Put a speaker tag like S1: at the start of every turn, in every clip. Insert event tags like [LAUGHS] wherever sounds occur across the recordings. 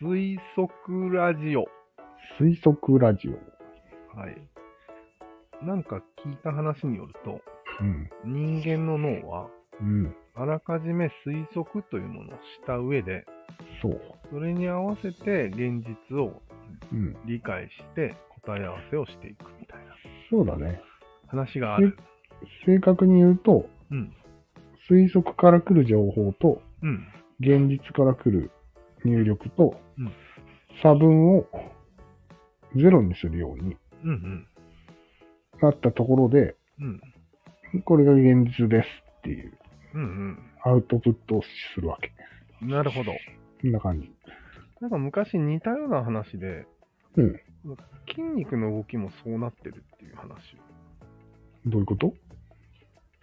S1: 推測ラジオ。
S2: 推測ラジオ。
S1: はい。なんか聞いた話によると、
S2: うん。
S1: 人間の脳は、
S2: うん。
S1: あらかじめ推測というものをした上で、
S2: そう。
S1: それに合わせて現実を
S2: うん。
S1: 理解して答え合わせをしていくみたいな
S2: そうだね。
S1: 話がある。
S2: 正確に言うと、
S1: うん。
S2: 推測から来る情報と、
S1: うん。
S2: 現実から来る入力と
S1: うん、
S2: 差分をゼロにするように
S1: うん
S2: なったところで、
S1: うん。うん。
S2: これが現実ですっていう
S1: うん
S2: アウトプットをするわけ。
S1: うん。なるほど。
S2: こんな感じ。
S1: なんか昔似たような話で、
S2: うん。
S1: 筋肉の動きもそうなってるっていう話。
S2: どういうこと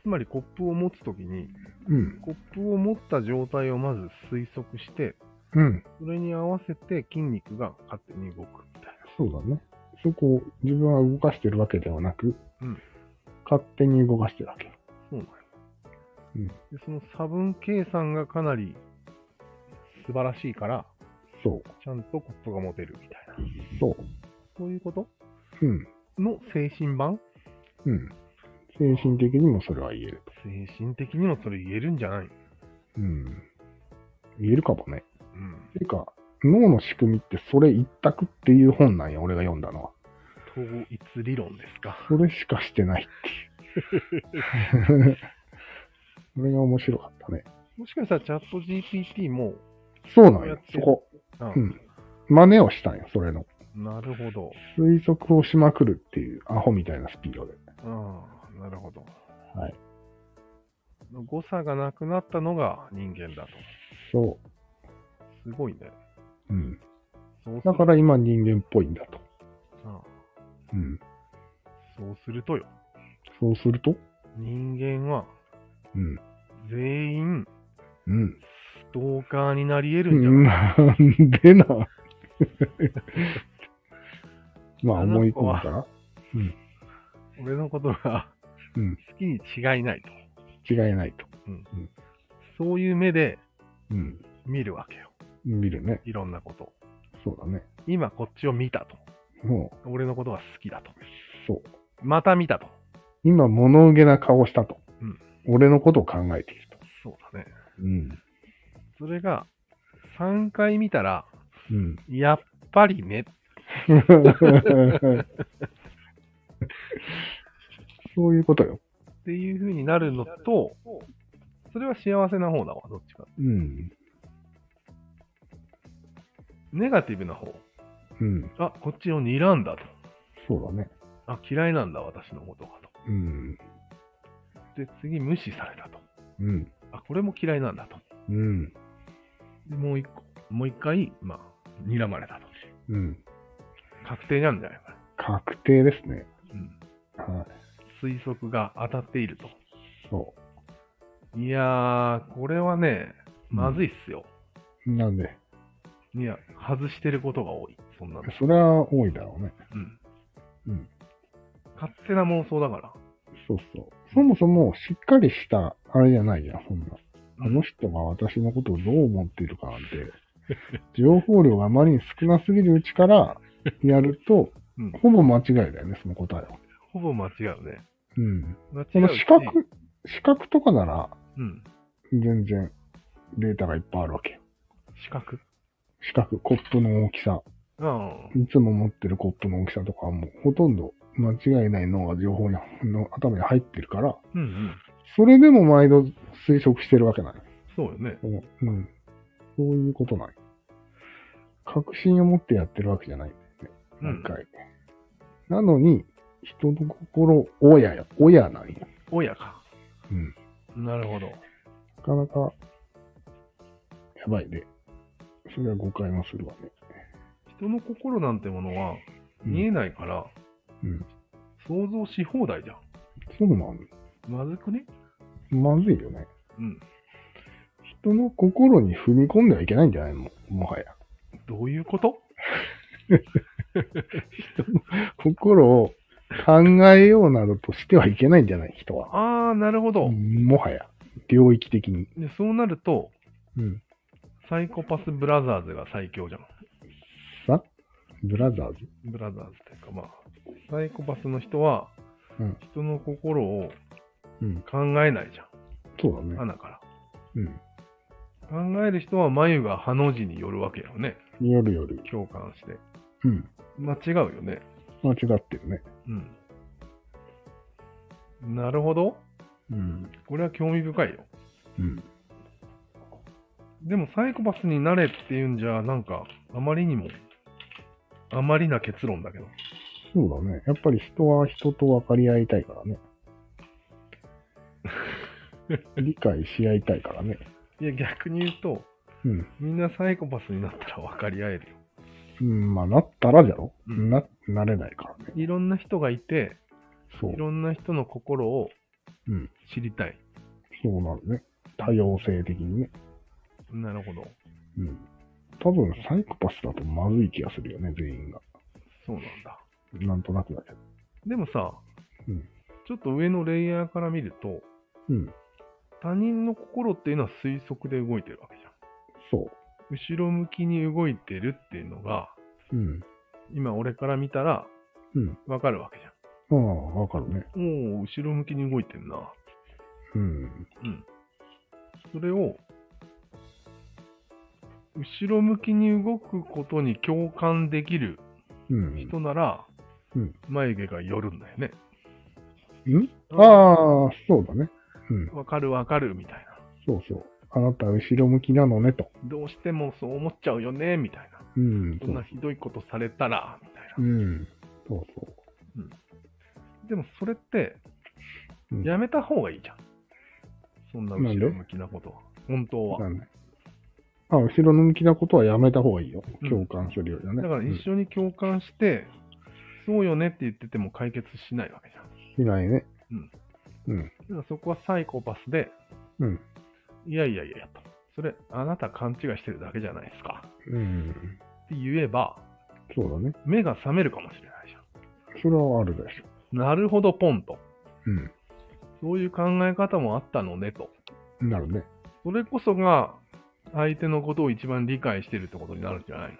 S1: つまりコップを持つときに、
S2: うん。
S1: コップを持った状態をまず推測して、
S2: うん。
S1: それに合わせて筋肉が勝手に動くみたいな。
S2: そうだね。そこを自分は動かしてるわけではなく、
S1: うん
S2: 勝手に動かしてるわけ。
S1: そうなんや
S2: うん
S1: でその差分計算がかなり素晴らしいから、
S2: そう。
S1: ちゃんとコップが持てるみたいな。
S2: そ
S1: そういうこと
S2: う。うん。
S1: の精神版
S2: うん。精神的にもそれは言えると。
S1: 精神的にもそれ言えるんじゃない
S2: うん。言えるかもね。
S1: うん。
S2: ていうか、脳の仕組みってそれ一択っていう本なんや、俺が読んだのは。
S1: 統一理論ですか。
S2: それしかしてないっていう。 [LAUGHS] それが面白かったね。
S1: もしかしたらチャット GPT も、
S2: そうな
S1: やっ
S2: んよ
S1: て、
S2: そこ。
S1: あ
S2: うん。真似をしたんよ、それの。
S1: なるほど。
S2: 推測をしまくるっていう、アホみたいなスピードで。
S1: ああ、なるほど。
S2: はい。
S1: 誤差がなくなったのが人間だと。
S2: そ
S1: すごいね。
S2: う。うん。
S1: そうす
S2: だ
S1: る
S2: から今人間っぽいんだと。
S1: あ
S2: うん。
S1: あそうするとよ。
S2: そうすると
S1: 人間は
S2: うん。
S1: 全員
S2: うん。
S1: ストーカーになり得
S2: う
S1: るんじゃない
S2: んなん [LAUGHS] でな。まあ
S1: あの
S2: 思い込むから
S1: 俺のことが
S2: うん
S1: 好きに違いないと。
S2: 違えないと。
S1: そういう目で
S2: うん。
S1: 見るわけよ。
S2: 見るね。
S1: いろんなことを。
S2: そうだね。
S1: 今こっちを見たと。
S2: も
S1: 俺のことが好きだと。
S2: う、そう。
S1: また見たと。
S2: 今物憂げな顔をしたと。
S1: うん
S2: 俺のことを考えていると。
S1: そうだね。
S2: うん。
S1: それが3回見たら、
S2: うん。 [LAUGHS]
S1: やっぱりね。
S2: そういうことよ。
S1: っていう風になるのと、それは幸せな方だわ、どっちか。
S2: うん。
S1: ネガティブな方。
S2: うん。
S1: あ、こっちを睨んだと。
S2: そうだね。
S1: あ、嫌いなんだ、私のことが
S2: うん。
S1: と。で、次、無視されたと。
S2: うん。
S1: あ、これも嫌いなんだと。
S2: うん。
S1: でもう一個、もう一回、まあ、睨まれたと。
S2: うん。
S1: 確定なんじゃないかな。
S2: 確定ですね。
S1: うん。
S2: は
S1: 推測が当たっていると。
S2: い。そ
S1: いやー、これはね、まずいっすよ。
S2: う。なんで、
S1: いや、外してることが多い。そ
S2: [LAUGHS]
S1: んなの。
S2: それは多いだろうね。
S1: うん。
S2: うん。
S1: 勝手な妄想だから。
S2: そうそう。そもそもしっかりしたあれじゃないじゃん、そんな。あの人が私のことをどう思っているかなんて、情報量があまりに少なすぎるうちからやると
S1: うん、
S2: ほぼ間違いだよね、その答えは。
S1: ほぼ間違うね。
S2: うん。
S1: 間違
S2: こ
S1: う
S2: の
S1: し
S2: 視覚、視覚とかなら、
S1: うん。
S2: 全然データがいっぱいあるわけよ。
S1: 四角
S2: 視覚、コップの大きさ、
S1: ああ、
S2: いつも持ってるコップの大きさとかはもうほとんど間違いない脳が情報にの頭に入ってるから、
S1: うんうん。
S2: それでも毎度推測してるわけなの。
S1: そうよね。
S2: うんうん。そういうことない。確信を持ってやってるわけじゃないんだよね。
S1: うん
S2: 毎回。なのに、人の心、親や、親なんよ。
S1: 親か。
S2: うん。
S1: なるほど。
S2: なかなか、やばいね。それは誤解もするわね。
S1: 人の心なんてものは
S2: うん
S1: 見えないから、
S2: うん
S1: 想像し放題じゃん。
S2: そうなん
S1: まずくね
S2: まずいよね。
S1: うん。
S2: 人の心に踏み込んではいけないんじゃないのもはや。
S1: どういうこと
S2: 心を考えようなどとしてはいけないんじゃない人は。
S1: ああ、なるほど、
S2: もはや。領域的に。
S1: で。そうなると、
S2: うん。
S1: サイコパスブラザーズが最強じゃん。
S2: ブラザーズ
S1: ブラザーズというか、まあ、サイコパスの人は
S2: うん、
S1: 人の心を
S2: うん。
S1: 考えないじゃん、
S2: そうだね。
S1: 穴から。
S2: う
S1: 考える人は眉がハの字によるわけよね、
S2: ん。夜夜。
S1: 共感して。
S2: うん。
S1: まあ違うよね。
S2: 間違ってるね。
S1: うん。なるほど。
S2: うん。
S1: これは興味深いよ。
S2: うん。
S1: でもサイコパスになれっていうんじゃ、なんか、あまりにも、あまりな結論だけど。
S2: そうだね。やっぱり人は人と分かり合いたいからね。
S1: [LAUGHS]
S2: 理解し合いたいからね。
S1: いや、逆に言うと、
S2: うん。
S1: みんなサイコパスになったら分かり合えるよ。
S2: うん、まあ、なったらじゃろ、
S1: うん
S2: な、なれないからね。
S1: いろんな人がいて、
S2: そう
S1: い。ろんな人の心を
S2: うん
S1: 知りたい。
S2: そうなるね。多様性的にね。
S1: なるほど。
S2: うん。多分、サイコパスだとまずい気がするよね、全員が。
S1: そうなんだ。
S2: なんとなくだけど。
S1: でもさ、
S2: うん
S1: ちょっと上のレイヤーから見ると、
S2: うん。
S1: 他人の心っていうのは推測で動いてるわけじゃん。
S2: そ
S1: 後ろ向きに動いてるっていうのが、
S2: う。うん。
S1: 今俺から見たら
S2: うん。
S1: 分かるわけじゃん。
S2: ああ、わかるね。
S1: おお、後ろ向きに動いてんな。
S2: うん。
S1: うん。それを、後ろ向きに動くことに共感できる
S2: うん。
S1: 人なら、
S2: うん
S1: 眉毛が寄るんだよね。
S2: うんああ、そうだね。うん。
S1: わかるわかるみたいな。
S2: そうそう。あなた後ろ向きなのね、と。
S1: どうしてもそう思っちゃうよね、みたいな。
S2: うん。
S1: そ
S2: そ
S1: んな
S2: う。
S1: ひどいことされたら、みたいな。
S2: うん。そうそ
S1: でもそれって
S2: う、ん
S1: やめた方がいいじゃん。そんな後ろ向きなことは。本当
S2: う。
S1: は。
S2: なんであ、後ろ向きなことはやめた方がいいよ
S1: う。ん
S2: 共感するよりはね。
S1: だから
S2: うん
S1: 一緒に共感して、そうよねって言ってても解決しないわけじゃん。
S2: しないね。
S1: うん。
S2: うん。
S1: だからそこはサイコパスで、
S2: うん。
S1: いやいやいやいやと。それ、あなた勘違いしてるだけじゃないですか。
S2: うん。
S1: って言えば、
S2: そうだね。
S1: 目が覚めるかもしれないじゃ
S2: それはあるでしょ。
S1: ん。なるほど、ポンと。
S2: う
S1: そういう考え方もあったのねと。
S2: ん。なるね。
S1: それこそが、相手のことを一番理解してるってことになるんじゃない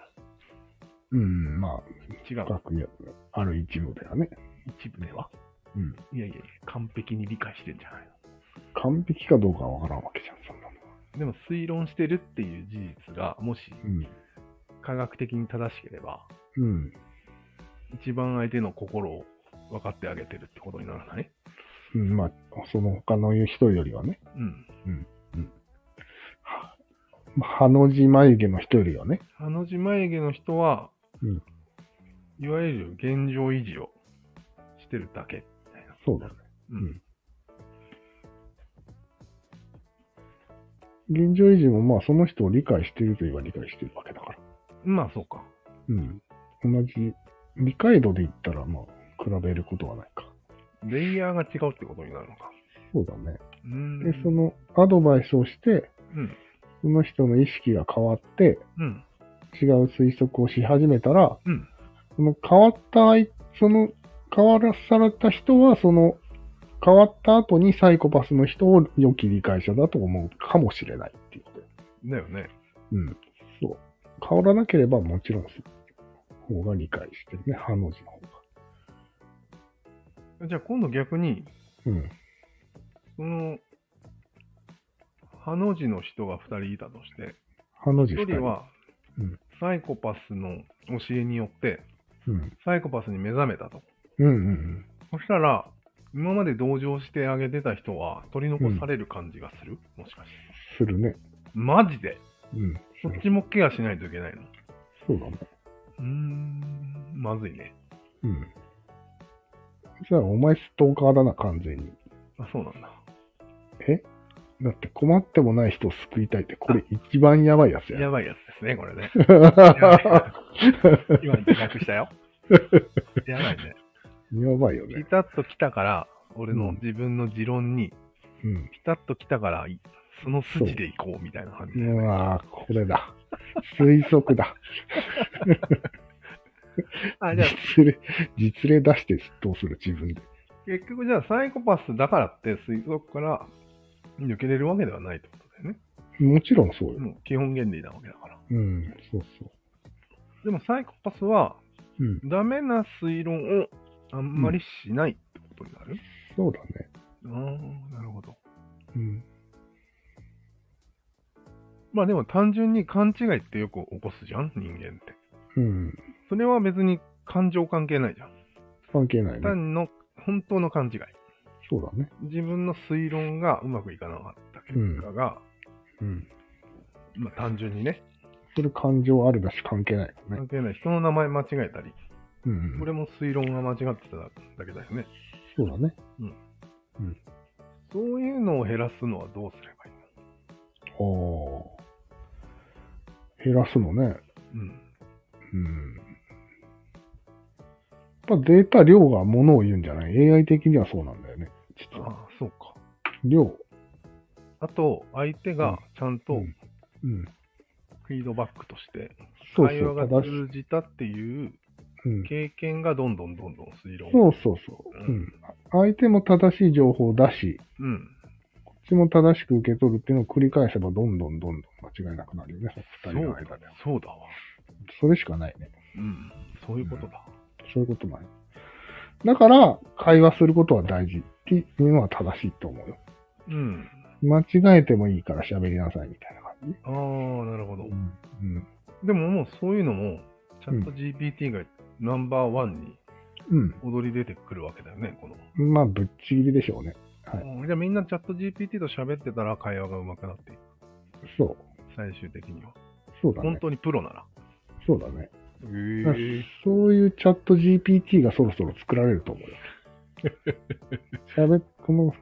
S2: うん。まあ、
S1: の違う。
S2: 各やある一部ではね。
S1: 一部では。
S2: うん。
S1: いやいやいや、完璧に理解してるんじゃない
S2: 完璧かどうかはわからんわけじゃん、そんなのは。
S1: の。でも推論してるっていう事実が、もし
S2: うん。
S1: 科学的に正しければ、
S2: うん。
S1: 一番相手の心を分かってあげてるってことにならない
S2: うん、まあ、その他の人よりはね。
S1: うん。
S2: まあハの字眉毛の人よりはね。
S1: ハの字眉毛の人は、
S2: うん
S1: いわゆる現状維持をしてるだけ。
S2: そうだね。
S1: うん。
S2: 現状維持もまあ、その人を理解しているといえば理解しているわけだから。
S1: まあそうか。
S2: うん。同じ、理解度で言ったら、まあ、比べることはないか。
S1: レイヤーが違うってことになるのか。
S2: そうだね。
S1: うーん。
S2: で、そのアドバイスをして、
S1: うん。
S2: その人の意識が変わって、
S1: うん。
S2: 違う推測をし始めたら、
S1: うん。
S2: その変わった相、その変わらされた人は、その変わった後にサイコパスの人を良き理解者だと思うかもしれないっていうこと。
S1: だよね。
S2: うん。そう。変わらなければもちろん、方が理解してるね。ハの字の方が。
S1: じゃあ今度逆に、
S2: うん。
S1: その、ハの字の人が2人いたとして、
S2: ハの字
S1: 1
S2: 二
S1: 人。は
S2: うん
S1: サイコパスの教えによって、
S2: うん。
S1: サイコパスに目覚めたと。
S2: うんうん
S1: そしたら、今まで同情してあげてた人は取り残される感じがする、もしかして。
S2: するね。
S1: マジで
S2: うん。
S1: そっちもケアしないといけないの。う
S2: そうだね。
S1: ーん、まずいね。
S2: うん。じゃあ、お前ストーカーだな、完全に。
S1: あ、そうなんだ。
S2: だって困ってもない人を救いたいって、これ一番やばいやつや。
S1: やばいやつですね、これ
S2: [LAUGHS]
S1: ね。やばい今自覚したよ。やばいね。
S2: [LAUGHS] やばいよ
S1: ピ
S2: ね。
S1: タッと来たから、俺
S2: う
S1: の
S2: ん
S1: 自分の持論に、
S2: うん。
S1: ピタッと来たから、いその筋で行こうみたいな感じだよ
S2: う
S1: ね。
S2: わぁ、これだ。推測 [LAUGHS] だ。
S1: あ、じゃあ、
S2: 実例、実例出してどうする自分で。
S1: 結局じゃあサイコパスだからって推測から抜けれるわけではないってことだよね。
S2: もちろんそうよ。
S1: もう基本原理なわけだから。
S2: うん、そうそう。
S1: でもサイコパスは
S2: うん。
S1: ダメな推論をあんまりしないってことになる、
S2: そうだね。
S1: ああ、なるほど。
S2: うん。
S1: まあでも単純に勘違いってよく起こすじゃん人間って。
S2: うん。
S1: それは別に感情関係ないじゃん。
S2: 関係ないね。
S1: 単の、本当の勘違い。
S2: そうだね。
S1: 自分の推論がうまくいかなかった結果が、
S2: うん。
S1: まあ単純にね、
S2: それ感情あるだし関係ないからね。
S1: 関係ない。人の名前間違えたり、
S2: うん、
S1: これも推論が間違ってただけだよね。
S2: そうだね。
S1: そういうのを減らすのはどうすればいい
S2: ああ。減らすのね。
S1: のうん。
S2: うん。やっぱデータ量がものを言うんじゃない ?AI 的にはそうなんだよね。実
S1: あ
S2: は。
S1: あ、そうか。
S2: 量。
S1: あと、相手がちゃんと
S2: うんうん。
S1: フィードバックとして、
S2: そう
S1: 会
S2: そ
S1: 話
S2: う。
S1: が
S2: 正しい。
S1: 通じたっていう
S2: うん。
S1: 経験がどんどんどんどん推論。
S2: そうそうそう。
S1: う
S2: うんん。相手も正しい情報だし、
S1: うん。
S2: こっちも正しく受け取るっていうのを繰り返せば、どんどんどんどん間違いなくなるよね、そ
S1: そ
S2: の二人
S1: う
S2: の間では。
S1: そうだわ。
S2: それしかないね。
S1: うん。そういうことだ。
S2: そういうことない。だから、会話することは大事っていうのは正しいと思うよ。
S1: うん。
S2: 間違えてもいいから喋りなさいみたいな感じ。
S1: ああ、なるほど。
S2: うん。うん。
S1: でももうそういうのも、チャット GPT がナンバーワンに
S2: うん。
S1: 踊り出てくるわけだよね、この。
S2: まあ、ぶっちぎりでしょうね。はい
S1: うんじゃあみんなチャット GPT と喋ってたら会話が上手くなっていく。
S2: そう。
S1: 最終的には。
S2: そうだ
S1: 本
S2: ね。
S1: 当にプロなら。
S2: そうだね。
S1: へ
S2: だからそういうチャット GPT がそろそろ作られると思うよ。
S1: [LAUGHS]
S2: 喋っこの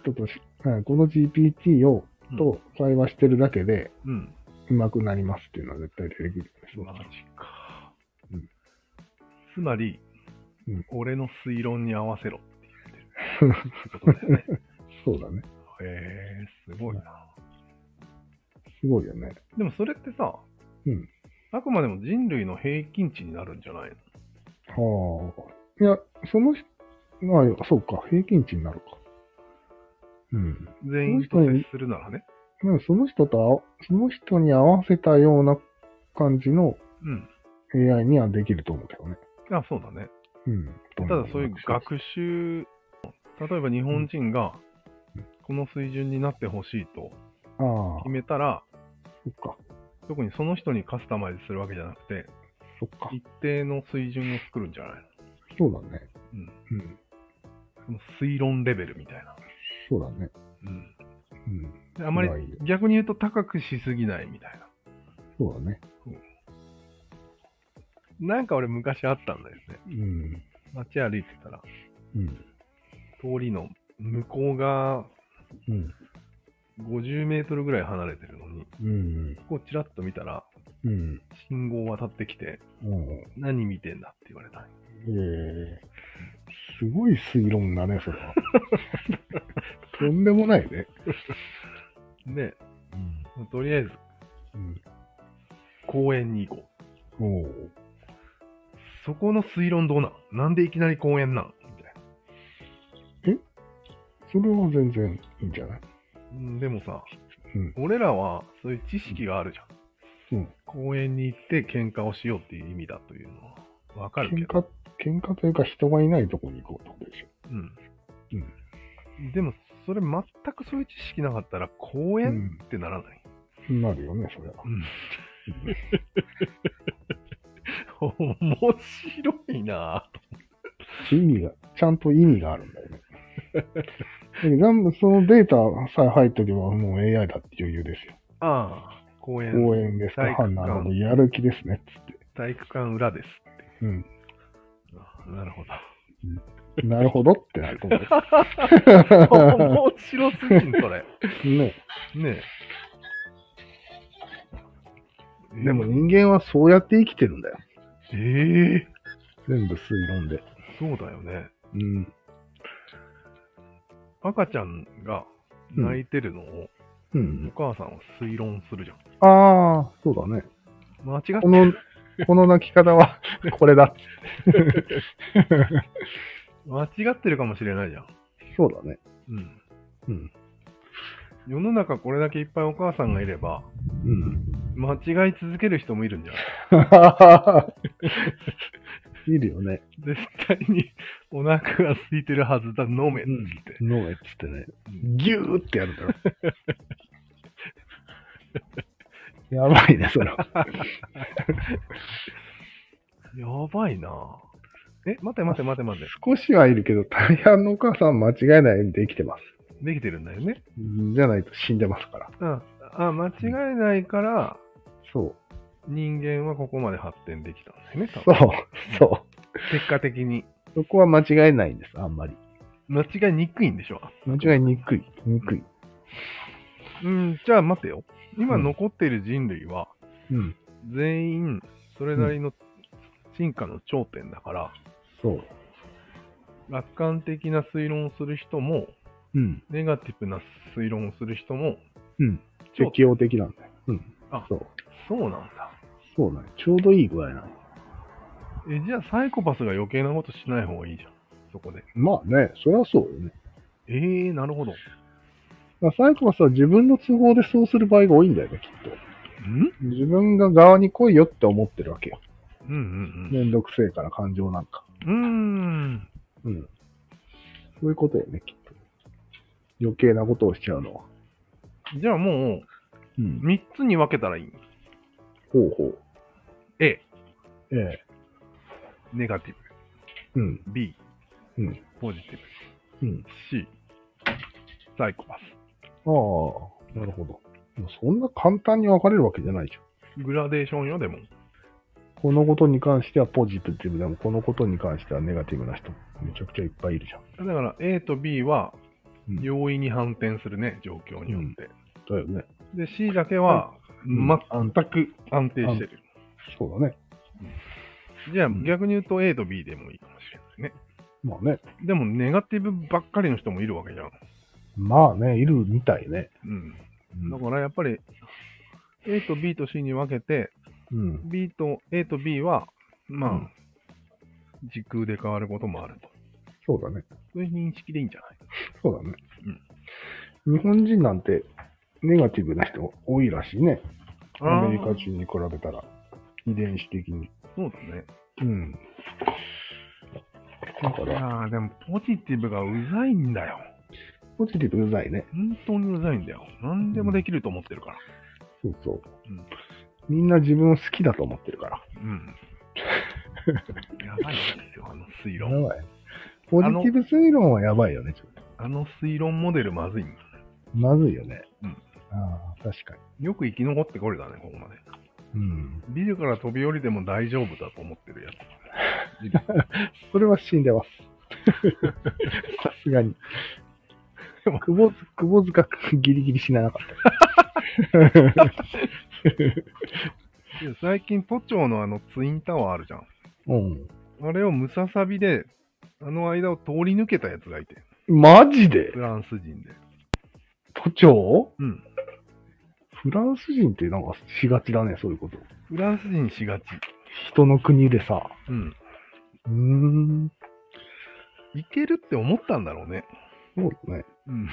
S2: 人とし、うんこの GPT を、
S1: うん
S2: と会話してるだけで、
S1: うん。
S2: うまくなりますっていうのは絶対できるよ
S1: マ
S2: ね。
S1: ジか。
S2: うん
S1: つまり、
S2: うん
S1: 俺の推論に合わせろって
S2: [LAUGHS]
S1: 言ってる。ってことだよね。
S2: そうだね。
S1: へえ、すごいな。
S2: すごいよね。
S1: でもそれってさ、
S2: うん
S1: あくまでも人類の平均値になるんじゃないの
S2: はあ。いや、その人、まあ、そうか、平均値になるか。うん。
S1: 全員と接するならね。
S2: まあ、その人とあ、その人に合わせたような感じの
S1: うん。
S2: AI にはできると思うけどね。
S1: あ、そうだね。
S2: うん。
S1: ただそういう学習、例えば日本人がこの水準になってほしいと
S2: ああ
S1: 決、めたら、
S2: そっか、
S1: 特にその人にカスタマイズするわけじゃなくて、
S2: そっか。
S1: 一定の水準を作るんじゃないの
S2: そうだね。
S1: うん。
S2: うん。
S1: その推論レベルみたいな。
S2: そうだね。
S1: うん。
S2: うん。
S1: であまり
S2: いやいや
S1: 逆に言うと高くしすぎないみたいな。
S2: そうだね。
S1: なんか俺昔あったんだよね。
S2: うん。
S1: 街歩いてたら、
S2: うん。
S1: 通りの向こうが
S2: うん。
S1: 50メートルぐらい離れてるのに、
S2: うん。
S1: こうちらっと見たら、
S2: うん。
S1: 信号渡ってきて、
S2: うん。
S1: 何見てんだって言われたんよ。
S2: ええすごい推論だね、それ
S1: [LAUGHS]
S2: は。とんでもないね。
S1: で、
S2: うん。
S1: とりあえず公園に行こう。
S2: おう
S1: そこの推論どうなんなんでいきなり公園なんみたいな。
S2: それは全然いいんじゃない
S1: うんでもさ、
S2: うん
S1: 俺らはそういう知識があるじゃん。
S2: うん
S1: 公園に行って喧嘩をしようっていう意味だというのはわかるけ
S2: 喧
S1: ど。
S2: 嘩、喧嘩というか人がいないとこに行こうってことでしょ。
S1: うん。でも、それ全くそういう知識なかったら公
S2: う
S1: 園
S2: ん
S1: ってならない。 [LAUGHS]
S2: なるよね、それは。
S1: うん。面白いなぁ。
S2: 意味が、ちゃんと意味があるんだよね。 [LAUGHS] だけど全部そのデータさえ入っとけばもう AI だって余裕ですよ。
S1: ああ、公園、
S2: 応援ですか
S1: 体育館
S2: なるほど、やる気ですね、つって。
S1: 体育館裏ですって。
S2: うん。
S1: あなるほど。 [LAUGHS]
S2: なるほどってなると思う。
S1: 面白すぎん、それ。
S2: ね、
S1: ねえ。
S2: [LAUGHS] でも、人間はそうやって生きてるんだよ。
S1: ええ
S2: 全部推論で。
S1: そうだよね。
S2: うん。
S1: 赤ちゃんが泣いてるのを、
S2: うん。
S1: お母さんは推論するじゃん。
S2: ああ、そうだね。
S1: 間違っ
S2: この、この泣き方はこれだ。
S1: 間違ってるかもしれないじゃん。
S2: そうだね。
S1: うん。
S2: うん。
S1: 世の中これだけいっぱいお母さんがいれば、
S2: うん。
S1: 間違い続ける人もいるんじゃない
S2: [LAUGHS] すぎるよね。
S1: 絶対にお腹が空いてるはずだ、飲めっつって。
S2: 飲めっつってね。ギューってやるんだろ。やばいね、それは。
S1: やばいなえ、待て待て待て待て。
S2: 少しはいるけど、大半のお母さん間違いないようにできてます。
S1: できてるんだよね。
S2: じゃないと死んでますから。
S1: うん。あ、間違えないから、
S2: そう。
S1: 人間はここまで発展できたんだよね。多
S2: そ
S1: 分
S2: う。そ
S1: 結果的に。
S2: う。そこは間違いないんです、あんまり。
S1: 間違いにくいんでしょ。
S2: 間違いにくい。にくい。
S1: うん、じゃあ待てよ。今
S2: うん
S1: 残っている人類は、
S2: うん。
S1: 全員、それなりの進化の頂点だから、
S2: そう。
S1: 楽観的な推論をする人も、
S2: うん。
S1: ネガティブな推論をする人も、
S2: うん。
S1: ちょ
S2: 適応的なんだよ。うん。
S1: あ
S2: そう。
S1: そうなんだ。
S2: そうなんよちょうどいい具合なの。
S1: え、じゃあサイコパスが余計なことしない方がいいじゃん。そこで。
S2: まあね、そりゃそうよね。
S1: えー、なるほど。
S2: だからサイコパスは自分の都合でそうする場合が多いんだよね、きっと。
S1: ん
S2: 自分が側に来いよって思ってるわけよ。
S1: うんうん
S2: めんどくせえから感情なんか。
S1: うん。うーん。
S2: うん。そういうことよね、きっと。余計なことをしちゃうのは。
S1: じゃあも
S2: う
S1: う、
S2: ん。
S1: 3つに分けたらいい。
S2: ほうほう。
S1: A、
S2: ええ。
S1: ネガティ
S2: うん。
S1: ブ。B、
S2: うん。
S1: ポジティブ。
S2: うん。
S1: C、サイコパ
S2: ああ、なるほど。でもそんな簡単に分かれるわけじゃないじゃん。
S1: ス。グラデーションよ、でも。
S2: このことに関してはポジティブでも、このことに関してはネガティブな人、めちゃくちゃいっぱいいるじゃん。
S1: だから A と B は
S2: うん
S1: 容易に反転するね、状況によって。
S2: だよね。
S1: で、C だけは
S2: うん
S1: 全く安定してる。
S2: そうだね。
S1: じゃあ
S2: うん
S1: 逆に言うと A と B でもいいかもしれないね。
S2: まあね。
S1: でもネガティブばっかりの人もいるわけじゃん。
S2: まあね、いるみたいね。
S1: うん。
S2: うん
S1: だからやっぱり A と B と C に分けて、
S2: うん。
S1: B と A と B は、まあ、
S2: うん
S1: 時空で変わることもあると。
S2: そうだね。
S1: そういう認識でいいんじゃない
S2: そうだね。日本人なんて、ネガティブな人多いらしいね。アメリカ
S1: あー
S2: 人に比べたら、遺伝子的に。
S1: そうだね。
S2: うん。だか
S1: いや
S2: ら、
S1: ーでもポジティブがうざいんだよ。
S2: ポジティブうざいね。
S1: 本当にうざいんだよ。何でもできると思ってるから。
S2: そうそう。
S1: うん
S2: みんな自分を好きだと思ってるから。
S1: [LAUGHS] うん。やばいですよ、あの推
S2: や
S1: 論。
S2: ばい。ポジティブ推論はやばいよね、ちょっと
S1: あの推論モデルまずいんだ
S2: まずいよね。
S1: うん
S2: ああ、確か
S1: よく生き残ってこれたね、ここまで。
S2: に。うん。
S1: ビルから飛び降りても大丈夫だと思ってるやつ。ビル
S2: それは死ん
S1: [LAUGHS]
S2: でます。さすがに。
S1: でも
S2: 久保塚久保塚君ギリギリ死ななかっ
S1: いや最近都庁のあのツインタワーあるじゃん。
S2: た。 [LAUGHS] うん。
S1: あれをムササビで、あの間を通り抜けたやつがいて、
S2: マジで
S1: フランス人で。
S2: 都庁
S1: うん。
S2: フランス人ってなんかしがちだね、そういうこと。
S1: フランス人しがち。
S2: 人の国でさ。
S1: うん。
S2: うーん。
S1: いけるって思ったんだろうね。
S2: そうだね。
S1: うん。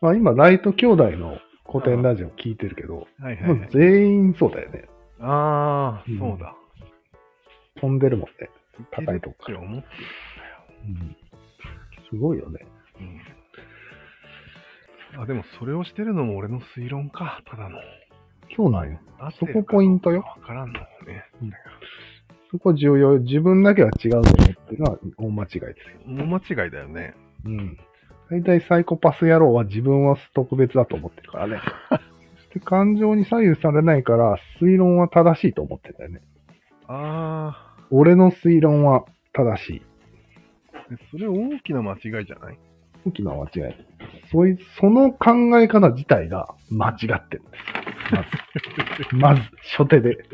S2: まあ今、ライト兄弟の古典ラジオ聞いてるけど、
S1: はいはい、は
S2: もう
S1: い。
S2: 全員そうだよね。
S1: ああ、
S2: うん
S1: そうだ。
S2: 飛んでるもんね。高いとこ
S1: って思って
S2: うんすごいよね。
S1: る。うん。あ、でもそれをしてるのも俺の推論か、ただの。
S2: そうなんよ。
S1: あ
S2: そこポイントよ
S1: わからんのよね。
S2: そこ重要よ。自分だけは違うと思っていうのは大間違いですよ。
S1: 大間違いだよね。
S2: うん。大体サイコパス野郎は自分は特別だと思ってるからね。で感情に左右されないから、推論は正しいと思ってんだよね。
S1: あ
S2: 俺の推論は正しい。
S1: あ、それ大きな間違いじゃない
S2: 大きな間違い。そういう、その考え方自体が間違ってるんです。まず、まず、初手で。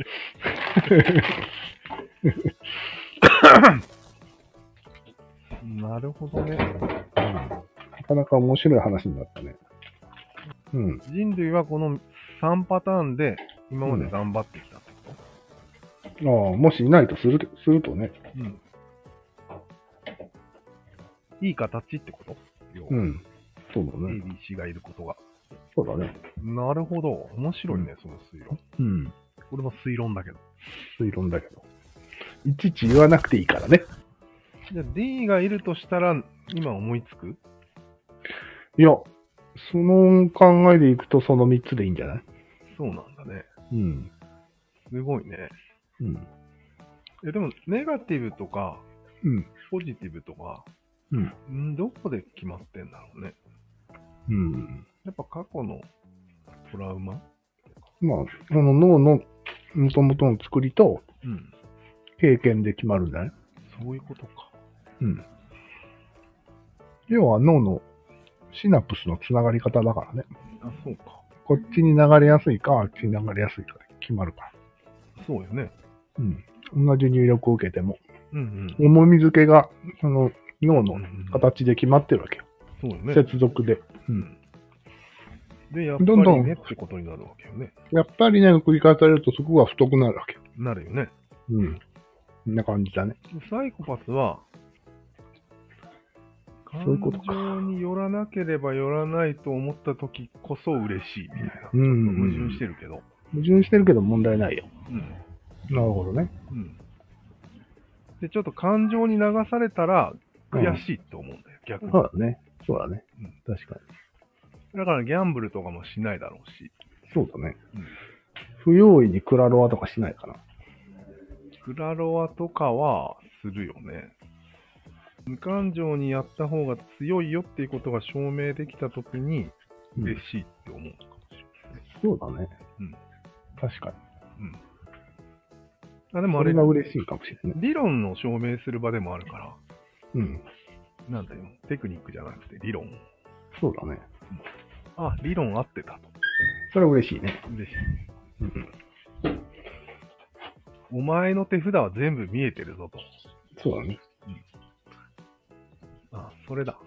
S1: なるほどね。
S2: うんなかなか面白い話になったね。うん。
S1: 人類はこの3パターンで今まで頑張ってきたってこ
S2: ああ、もしいないとすると、するとね。
S1: と、うんいい形ってこと要は
S2: うん。そうだね。
S1: ABC がいることが。
S2: そうだね。
S1: なるほど。面白いね、その推論。
S2: うん。
S1: これも推論だけど。
S2: 推論だけど。いちいち言わなくていいからね。
S1: じゃあ D がいるとしたら、今思いつく
S2: いや、その考えでいくとその3つでいいんじゃない
S1: そうなんだね。
S2: うん。
S1: すごいね。
S2: うん。
S1: え、でも、ネガティブとか、
S2: うん。
S1: ポジティブとか、
S2: うん
S1: んどこで決まってんだろうね。
S2: うん。
S1: やっぱ過去のトラウマ
S2: まあ、その脳の元々の作りと
S1: うん。
S2: 経験で決まるんだね。
S1: そういうことか。
S2: うん。要は脳のシナプスのつながり方だからね。
S1: あ、そうか。
S2: こっちに流れやすいか、あっちに流れやすいかで決まるから。
S1: そうよね。
S2: うん。同じ入力を受けても、
S1: うんうん。
S2: 重み付けが、その脳の
S1: うん
S2: 形で決まってるわけよ。
S1: そうよね。
S2: 接続で。
S1: で、やっぱ
S2: どんど
S1: り
S2: ん
S1: ねってことになるわけよね。
S2: やっぱりね、繰り返されるとそこが太くなるわけよ。
S1: なるよね。
S2: うん。こんな感じだね。
S1: サイコパスは、感
S2: そういうことか
S1: 情によらなければよらないと思った時こそ嬉しいみたいな。
S2: うんうんうん
S1: 矛盾してるけど。
S2: 矛盾してるけど問題ないよ。
S1: うん。
S2: なるほどね。
S1: うん。で、ちょっと感情に流されたら悔しいと思うんだよ、逆に。
S2: そうだね。そうだね
S1: うん。
S2: 確かに。
S1: だからギャンブルとかもしないだろうし、
S2: そうだね
S1: うん。
S2: 不用意にクラロワとかしないかな。
S1: クラロワとかはするよね。無感情にやった方が強いよっていうことが証明できた時に
S2: うん
S1: 嬉しいって思うのかもしれない。
S2: そうだね。
S1: うん
S2: 確かに。
S1: あでも
S2: そ
S1: あれ
S2: れが嬉しいかもしれない。
S1: 理論を証明する場でもあるから、
S2: うん。
S1: なんだよ、テクニックじゃなくて理論。
S2: そうだね。
S1: あ、理論合ってたと。
S2: それは嬉しいね。
S1: 嬉しい。
S2: うん。
S1: お前の手札は全部見えてるぞと。
S2: そうだね。
S1: あ、それだ。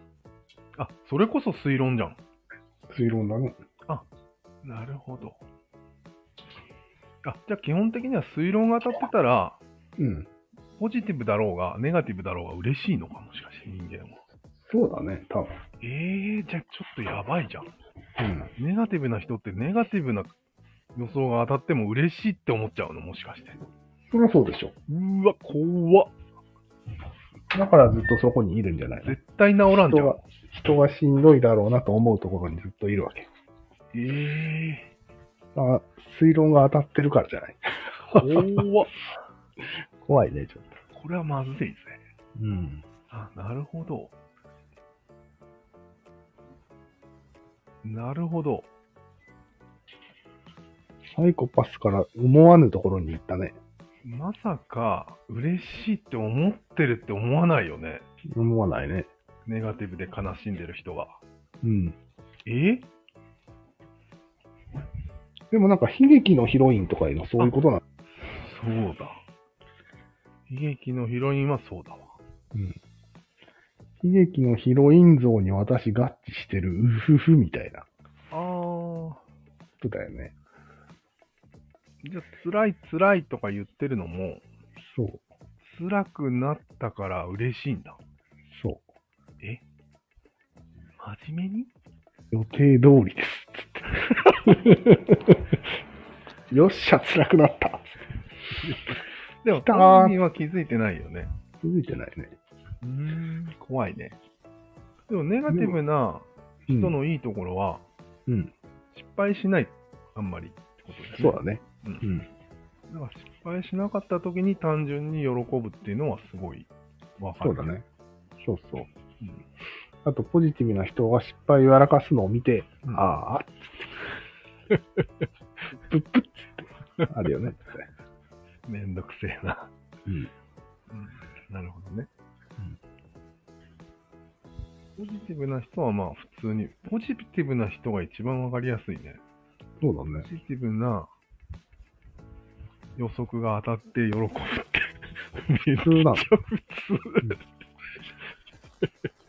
S1: あ、それこそ推論じゃん。
S2: 推論だね。
S1: なるほど。あ、じゃあ基本的には推論が当たってたら、
S2: うん。
S1: ポジティブだろうが、ネガティブだろうが嬉しいのかもしかして人間は。
S2: そうだね。多分。
S1: えー、じゃあちょっとやばいじゃん。
S2: うん。
S1: ネガティブな人ってネガティブな予想が当たっても嬉しいって思っちゃうのもしかして。
S2: そりゃそうでしょ。
S1: うーわ、怖っ。
S2: だからずっとそこにいるんじゃないの
S1: 絶対治らんじゃ
S2: 人
S1: ん
S2: が。、人がしんどいだろうなと思うところにずっといるわけ。
S1: えー。
S2: あ、推論が当たってるからじゃない。
S1: 怖っ。 [LAUGHS]
S2: 怖いね、ちょっと。
S1: これはまずいですね。
S2: うん。
S1: あ、なるほど。なるほど。
S2: サイコパスから思わぬところに行ったね。
S1: まさか、嬉しいって思ってるって思わないよね。
S2: 思わないね。
S1: ネガティブで悲しんでる人が。
S2: うん。
S1: え
S2: でもなんか悲劇のヒロインとかいうのはそういうことなの。
S1: そうだ。悲劇のヒロインはそうだわ。
S2: 悲劇のヒロイン像に私合致してる、うふふみたいなこ
S1: あー。
S2: とだよね。
S1: じゃあ、辛い辛いとか言ってるのも、
S2: そう。
S1: 辛くなったから嬉しいんだ。
S2: そ
S1: 真面目に
S2: う。予定通
S1: [LAUGHS]
S2: りです。よっしゃ、辛くなった。
S1: でも、
S2: たー
S1: 本人は気づいてないよね。
S2: 気づいてないね。
S1: うーん、怖いね。でも、ネガティブな
S2: う
S1: 人
S2: ん。
S1: のいいところは、
S2: うん。
S1: 失敗しない、あんまりってことですね。
S2: そうだね。
S1: うん
S2: うん。
S1: だから失敗しなかった時に単純に喜ぶっていうのはすごいわか
S2: そ
S1: る。
S2: うだね。。そうそ
S1: う
S2: う。
S1: ん
S2: あと、ポジティブな人が失敗をやらかすのを見て、
S1: うん
S2: ああ、 [LAUGHS] プップッつって、あるよね。
S1: めんどくせえな。
S2: うん
S1: うんなるほどね。ポジティブな人はまあ普通に、ポジティブな人が一番わかりやすいね。
S2: そうだね
S1: ポ。ジティブな予測が当たって喜ぶって。めっち
S2: 普通なの。
S1: ゃ普 [LAUGHS]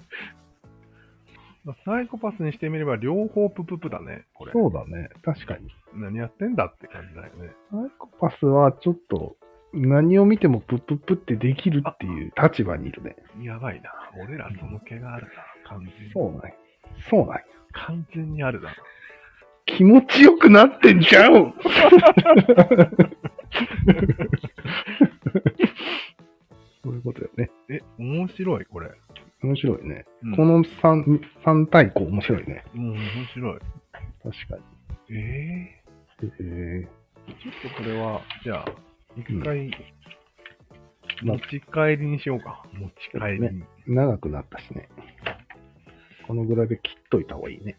S1: 通。サイコパスにしてみれば両方プププだね、これ。
S2: そうだね。確かに。
S1: 何やってんだって感じだよね。
S2: サイコパスはちょっと、何を見てもプップップってできるっていう立場にいるね。
S1: やばいな。俺らその毛があるな。完全に。
S2: そうない。そうない。
S1: 完全にあるな。
S2: 気持ちよくなってん [LAUGHS] じゃんそういうことよね。
S1: え、面白い、これ。
S2: 面白いね。
S1: うん
S2: この三、三対抗面白いね。
S1: うん、面白い。
S2: 確かに。
S1: ええ
S2: え
S1: ちょっとこれは、じゃあ、
S2: うん
S1: 一回、
S2: まあ
S1: 持ち帰りにしようか。持ち帰りに。
S2: ー、長くなったしね。このぐらいで切っといた方がいいね。